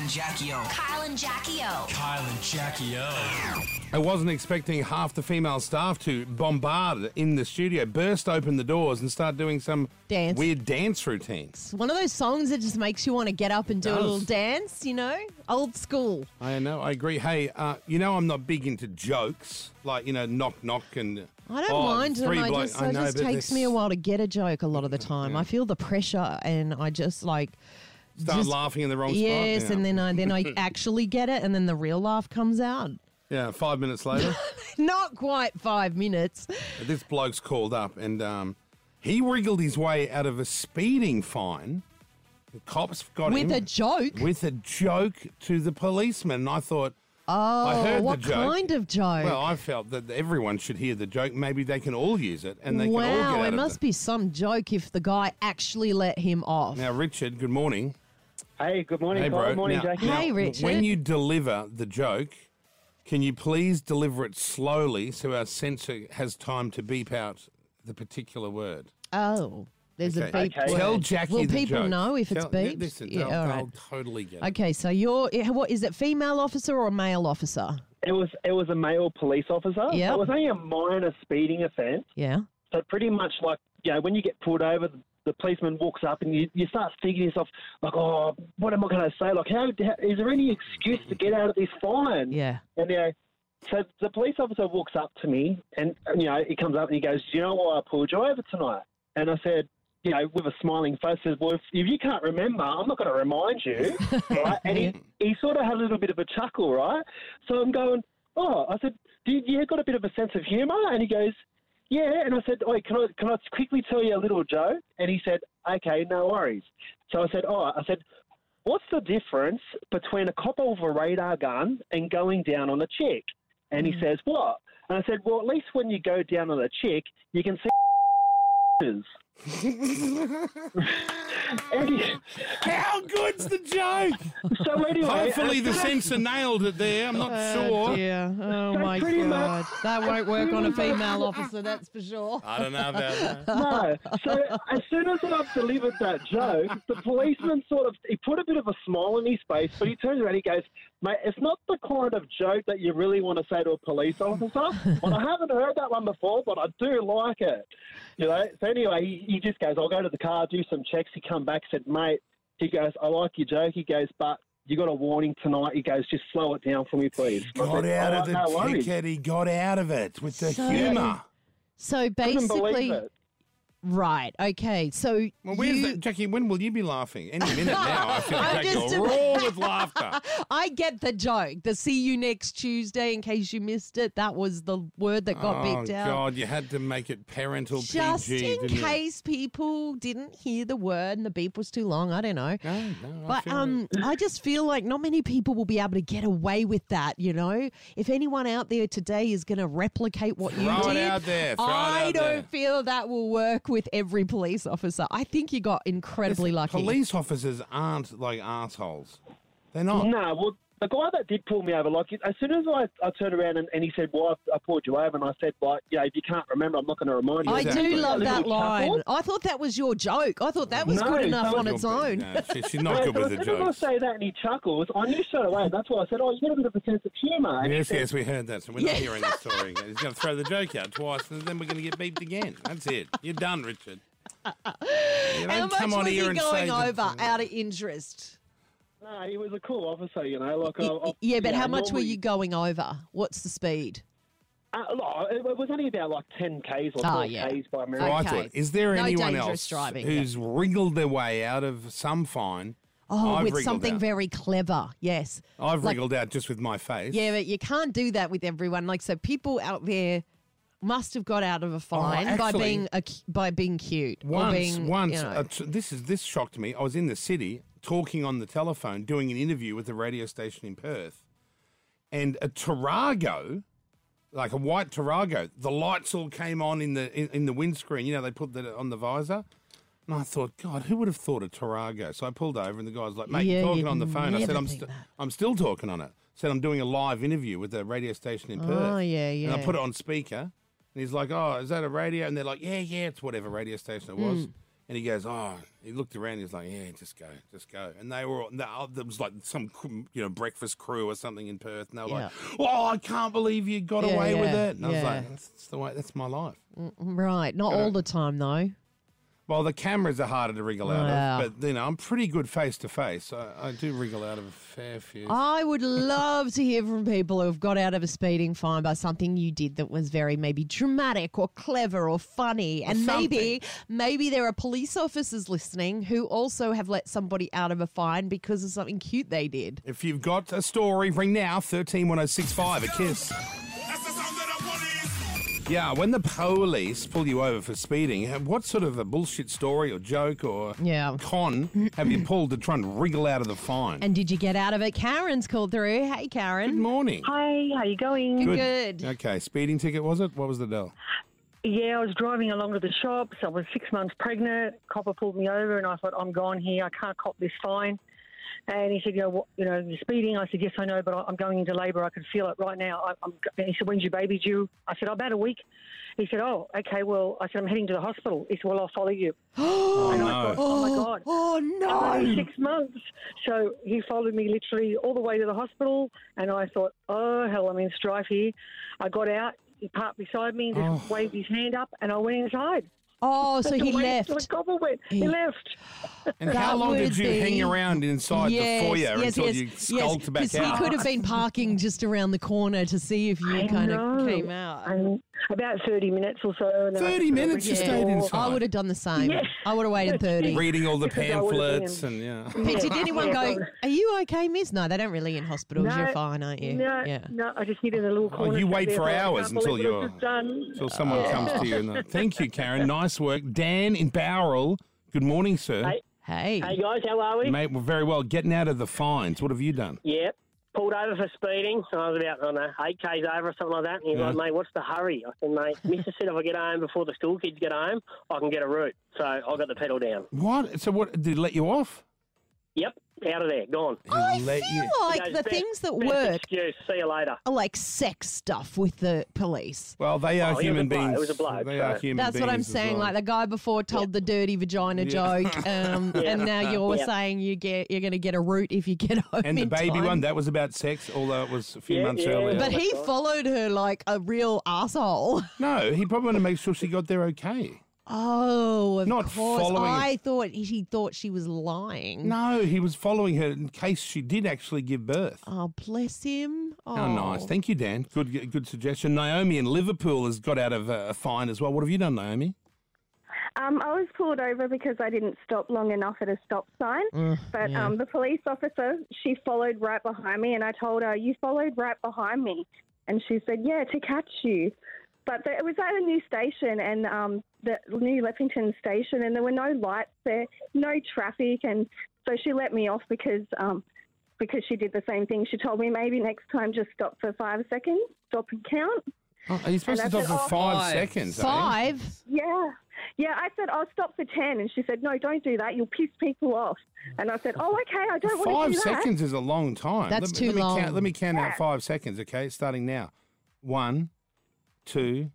and Jackie O. Kyle and Jackie O. Kyle and Jackie O. I wasn't expecting half the female staff to bombard in the studio, burst open the doors, and start doing some Dance. weird dance routines. It's one of those songs that just makes you want to get up and do a Does. little dance, you know? Old school. I know, I agree. Hey, uh, you know, I'm not big into jokes, like, you know, knock, knock, and. I don't oh, mind them. three I blo- just, I know, just but takes they're me a while to get a joke a lot of the time. I feel the pressure and I just like Start just- laughing in the wrong Yes, spot. and then I then I actually get it, and then the real laugh comes out. Yeah, five minutes later, Not quite five minutes. this bloke's called up and um, he wriggled his way out of a speeding fine. The cops got With him. a joke? With a joke to the policeman. And I thought, Oh, I heard what the joke. kind of joke? Well, I felt that everyone should hear the joke. Maybe they can all use it, and they wow, can all get out it of must be some joke if the guy actually let him off. Now, Richard, good morning. Hey, good morning, hey, Kyle. bro. Morning, Now- Jackie. now, Hey, Richard. When you deliver the joke, can you please deliver it slowly so our censor has time to beep out the particular word? Oh, there's a Okay. beep. Okay. word. Tell Jackie Will the people joke. know if it's Tell- beeped? Listen, Yeah, they'll, all they'll right. totally get it. Okay, so you're eh, what is it? Female officer or male officer? It was it was a male police officer. Yep. It was only a minor speeding offence. Yeah. So pretty much like you know, when you get pulled over, the, the policeman walks up and you, you start thinking to yourself like, oh, what am I going to say? Like, how, how is there any excuse to get out of this fine? Yeah. And you know, so the police officer walks up to me and you know he comes up and he goes, "Do you know why I pulled you over tonight?" And I said. You know, with a smiling face, says, "Well, if, if you can't remember, I'm not going to remind you." right? And he, he sort of had a little bit of a chuckle, right? So I'm going, "Oh," I said, "Do you- you got a bit of a sense of humour?" And he goes, yeah, and I said, "Oi, can I can I quickly tell you a little joke?" And he said, "Okay, no worries." So I said, "Oh, I said, what's the difference between a cop of a radar gun and going down on a chick?" And he says, "What?" And I said, "Well, at least when you go down on a chick, you can see." and he, How good's the joke? so anyway, Hopefully, uh, the censor nailed it there. I'm not Uh, sure. Yeah. Oh my my pretty god. much- That won't work on a pretty much- female officer, that's for sure. I don't know about that. no. So as soon as I've delivered that joke, the policeman sort of he put a bit of a smile on his face, but he turns around and he goes, "Mate, it's not the kind of joke that you really want to say to a police officer." Well, I haven't heard that one before, but I do like it. You know. So anyway, he, he just goes, "I'll go to the car, do some checks." He come back, said, "Mate," he goes, "I like your joke." He goes, "But." You got a warning tonight. He goes, just slow it down for me, please. I Got said, out "All of the right, no worries." ticket. He got out of it with the So- humour. So Couldn't believe basically it. Right, okay. So Well, where's you- that, Jackie? When will you be laughing? Any minute now. I feel I'm like just- you're raw with laughter. I get the joke. The see you next Tuesday in case you missed it. That was the word that oh got beeped out. God, you had to make it parental Just PG, in didn't you? case people didn't hear the word and the beep was too long, I don't know. No, no, I But feel um, I just feel like not many people will be able to get away with that, you know. If anyone out there today is going to replicate what you Throw it did, out there, throw it I out don't there. feel that will work with every police officer. I think you got incredibly lucky. Police officers aren't like assholes. They're not. No, well, the guy that did pull me over, like, as soon as I, I turned around and, and he said, Well, I, I pulled you over, and I said, Like, you know, if you can't remember, I'm not going to remind you. I Exactly. do love that Little line. chuckle. I thought that was your joke. I thought that was No, good enough that on You're its good. own. No, she- she's Yeah, not good so with as the soon as jokes. I say that and he chuckles, I knew straight away. That's why I said, Oh, you got a bit of a sense of humour. And he Yes, said, yes, we heard that. So we're Yeah. not hearing the story again. He's going to throw the joke out twice, and then we're going to get beeped again. That's it. You're done, Richard. You How don't much come on was he here going and say that- over out of interest? No, he was a cool officer, you know. Like, I, Y- I, y- yeah, but you how know, much were uh, normally- you going over? What's the speed? Uh, no, it was only about like 10 Ks or Oh, 12 yeah. Ks by memory. Well, I Okay. thought, is there No anyone dangerous else driving, who's wriggled their way out of some fine? Oh, I've with wriggled something out. very clever. Yes. I've like- wriggled out just with my face. Yeah, but you can't do that with everyone. Like, so people out there must have got out of a fine by actually- being a, cu- by being cute. or Once, being, once, you know. uh, t- this is this shocked me. I was in the city talking on the telephone, doing an interview with a radio station in Perth, and a Tarago, like a white Tarago, the lights all came on in the in, in the windscreen. You know, they put that on the visor. And I thought, God, who would have thought a Tarago? So I pulled over, and the guy's like, "Mate, Yeah, you're talking you'd on the phone." I never said, "I'm, think st- that. I'm still talking on it." Said, "I'm doing a live interview with a radio station in Perth." yeah, And I yeah. put Hmm. it on speaker, and he's like, "Oh, is that a radio?" And they're like, "Yeah, yeah, it's whatever radio station it was." And he goes, oh, he looked around. He was like, yeah, just go, just go. And they were all, no, oh, there was like some, cr- you know, breakfast crew or something in Perth. And they were like, oh, I can't believe you got Yeah, away with yeah, it. And I was yeah. like, that's, that's the way, that's my life. Right. Not all the time, though. Well, the cameras are harder to wriggle Wow. out of, but you know, I'm pretty good face to face. I I do wriggle out of a fair few. I would love to hear from people who have got out of a speeding fine by something you did that was very maybe dramatic or clever or funny. and maybe maybe there are police officers listening who also have let somebody out of a fine because of something cute they did. If you've got a story, ring now, 131065, a kiss. That's the sound that I wanted. Yeah, when the police pull you over for speeding, uh, what sort of a bullshit story or joke or Yeah. con have you pulled to try and wriggle out of the fine? And did you get out of it? Karen's called through. Hey Good Karen. morning. Hi, how you going? Good. Okay, speeding ticket was it? What was the deal? Yeah, I was driving along to the shops. I was six months pregnant. Copper pulled me over, and I thought, I'm gone here. I can't cop this fine. And he said, you know, what, you know, you're speeding. I said, yes, I know, but I- I'm going into labour. I can feel it right now. I, I'm, go-" he said, when's your baby due? I said, oh, about a week. He said, oh, okay. Well, I said, I'm heading to the hospital. He said, well, I'll follow you. Oh, and I thought, no. oh my god. Oh Only no. Six months. So he followed me literally all the way to the hospital, and I thought, oh, hell, I'm in strife here. I got out, he parked beside me, just Oh. waved his hand up, and I went inside. Oh, so Just he waved till the left. copper went. He, He- left. And how That long did would you be- hang around inside the foyer until you skulked back Because he out? could have been parking just around the corner to see if you I kind know. of came out. And about 30 minutes or so. And then I 30 sort of minutes you reached the stayed door. inside. I would have done the same. Yeah. I would have waited 30. Reading all the Because I would've pamphlets been- and yeah. Yeah. But did anyone Yeah. go, Are you okay, miss? No, they don't really in hospitals. No, You're fine, aren't you? No, Oh, yeah. no, I just hid in a little corner. Oh, you sat wait there for thought, I can't hours until believe what I've you're- just um, done. Till someone comes to you. And uh, thank you, Karen. Nice work. Dan in Bowral. Good morning, sir. Hey. Hey. Hey guys, how are we? Mate, we're very well. Getting out of the fines. What have you done? Yeah, pulled over for speeding. I was about, I don't know, eight k's over or something like that. And he's Yeah. like, mate, what's the hurry? I said, mate, Mister said if I get home before the school kids get home, I can get a route. So I got the pedal down. What? So what? Did he let you off? Yep, out of there, gone. Oh, I He let feel you- like Goes, the "Best- things that best work Excuse. See you later. are like sex stuff with the police. Well, they are Oh, he was human a bloke. beings. It was a bloke, They so- are human That's beings. what I'm as saying. well. Like the guy before told the dirty vagina Yeah. joke, um, Yeah. and now you're Yeah. saying you get you're going to get a root if you get home. and the in baby time. one, that was about sex, although it was a few Yeah, months yeah. earlier. But he followed her like a real asshole. no, he probably wanted to make sure she got there okay. Oh, of Not course. following- I thought he thought she was lying. No, he was following her in case she did actually give birth. Oh, bless him. Oh, How nice. Thank you, Dan. Good good suggestion. Naomi in Liverpool has got out of uh, a fine as well. What have you done, Naomi? Um, I was pulled over because I didn't stop long enough at a stop sign. but yeah. um, the police officer, she followed right behind me, and I told her, "You followed right behind me," and she said, "Yeah, to catch you." But the, it was at a new station, and um, the new Leppington station, and there were no lights there, no traffic, and so she let me off because um, because she did the same thing. She told me maybe next time just stop for five seconds, stop and count. Oh, are you supposed to And stop I for said, five "Oh, seconds? eh? Five. Yeah. Yeah, I said, I'll stop for 10. And she said, no, don't do that. You'll piss people off. And I said, oh, okay, I don't want Five to do that. seconds is a long time. That's let me, too let me long. Count, let me count out five seconds, okay? Starting now. One, two,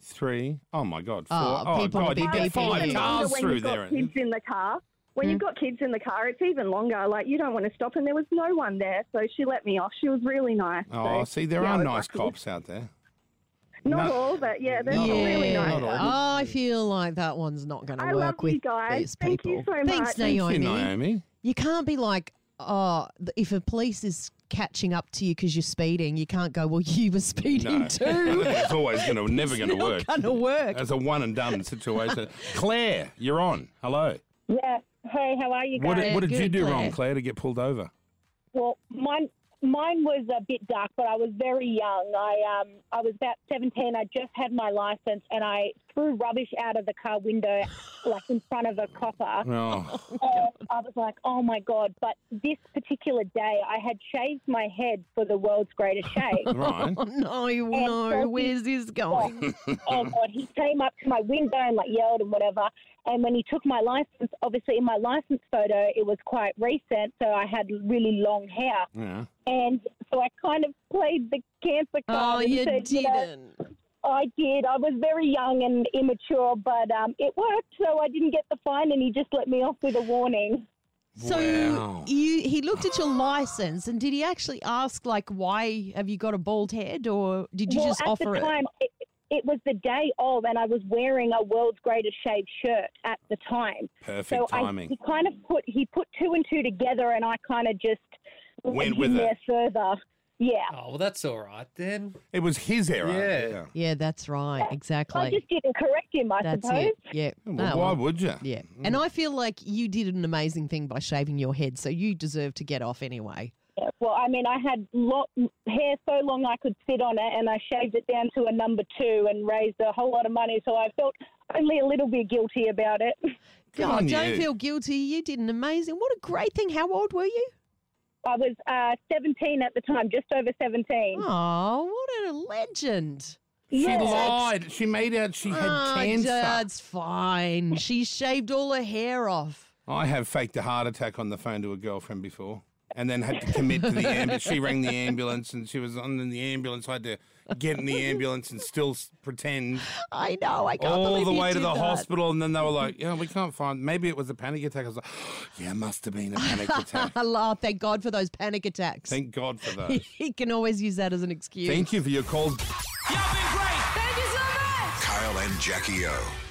three. Oh my God! Four. Oh, people God! be You get beeping five you. cars when through you've there. Hmm. got kids in the car. When you've got kids in the car, it's even longer. Like, you don't want to stop. And there was no one there. So she let me off. She was really nice. Oh, so, see, there yeah, I are was nice lucky. cops out there. Not No. all, but yeah, they're Not all. really Yeah. nice. Not all. Oh, I feel like that one's not going to I work love with you guys. these Thank you people. so Thanks, much. Thank you, Hey, Naomi. Naomi. You can't be like, oh, th- if a police is catching up to you because you're speeding, you can't go, well, you were speeding No. too. it's always going to never going to work. Not going to work. That's a one and done situation. Claire, you're on. Hello. Yeah. Hey, how are you guys? What did, Claire, what did you good, do Claire. wrong, Claire, to get pulled over? well, mine mine was a bit dark, but I was very young. I um I was about seventeen. I just had my license, and I threw rubbish out of the car window, like in front of a copper. Oh, And I was like, oh my god! But this particular day, I had shaved my head for the world's greatest shave. right. Oh, no, no. Sophie- Where's this going? oh god! He came up to my window and like yelled and whatever. And when he took my license, obviously in my license photo, it was quite recent, so I had really long hair. Yeah. and so I kind of played the cancer Oh, card. and you said, didn't. You know, I did. I was very young and immature, but um, it worked. So I didn't get the fine, and he just let me off with a warning. So Wow. you he looked at your license and did he actually ask like why have you got a bald head or did you well, just at offer the it? time, it? It, was the day of, and I was wearing a world's greatest shaved shirt at the time. Perfect so I, timing. he kind of put he put two and two together, and I kind of just Went led with him it. there further. Yeah. Oh, well, that's all right then. It was his error. Yeah. Yeah, that's right. Exactly. I just didn't correct him, I that's suppose. it. Yeah. Well, Oh, why well, would you? yeah. And I feel like you did an amazing thing by shaving your head, so you deserve to get off anyway. Yeah, Well, I mean, I had lot, hair so long I could sit on it, and I shaved it down to a number two and raised a whole lot of money, so I felt only a little bit guilty about it. Good God, on don't you. feel guilty. You did an amazing. What a great thing. How old were you? I was uh, 17 at the time, just over 17. Oh, what a legend. She Yeah. lied. She made out she had Ah, cancer. That's fine. She shaved all her hair off. I have faked a heart attack on the phone to a girlfriend before and then had to commit to the ambulance. She rang the ambulance and she was on in the ambulance. I had to get in the ambulance and still s- pretend I know. I can't all believe the you way to did the that. hospital. And then they were like, yeah, we can't find. Maybe it was a panic attack. I was like, yeah, it must have been a panic attack. Allah, thank God for those panic attacks. Thank God for those. he can always use that as an excuse. Thank you for your calls. Kyle and Jackie O.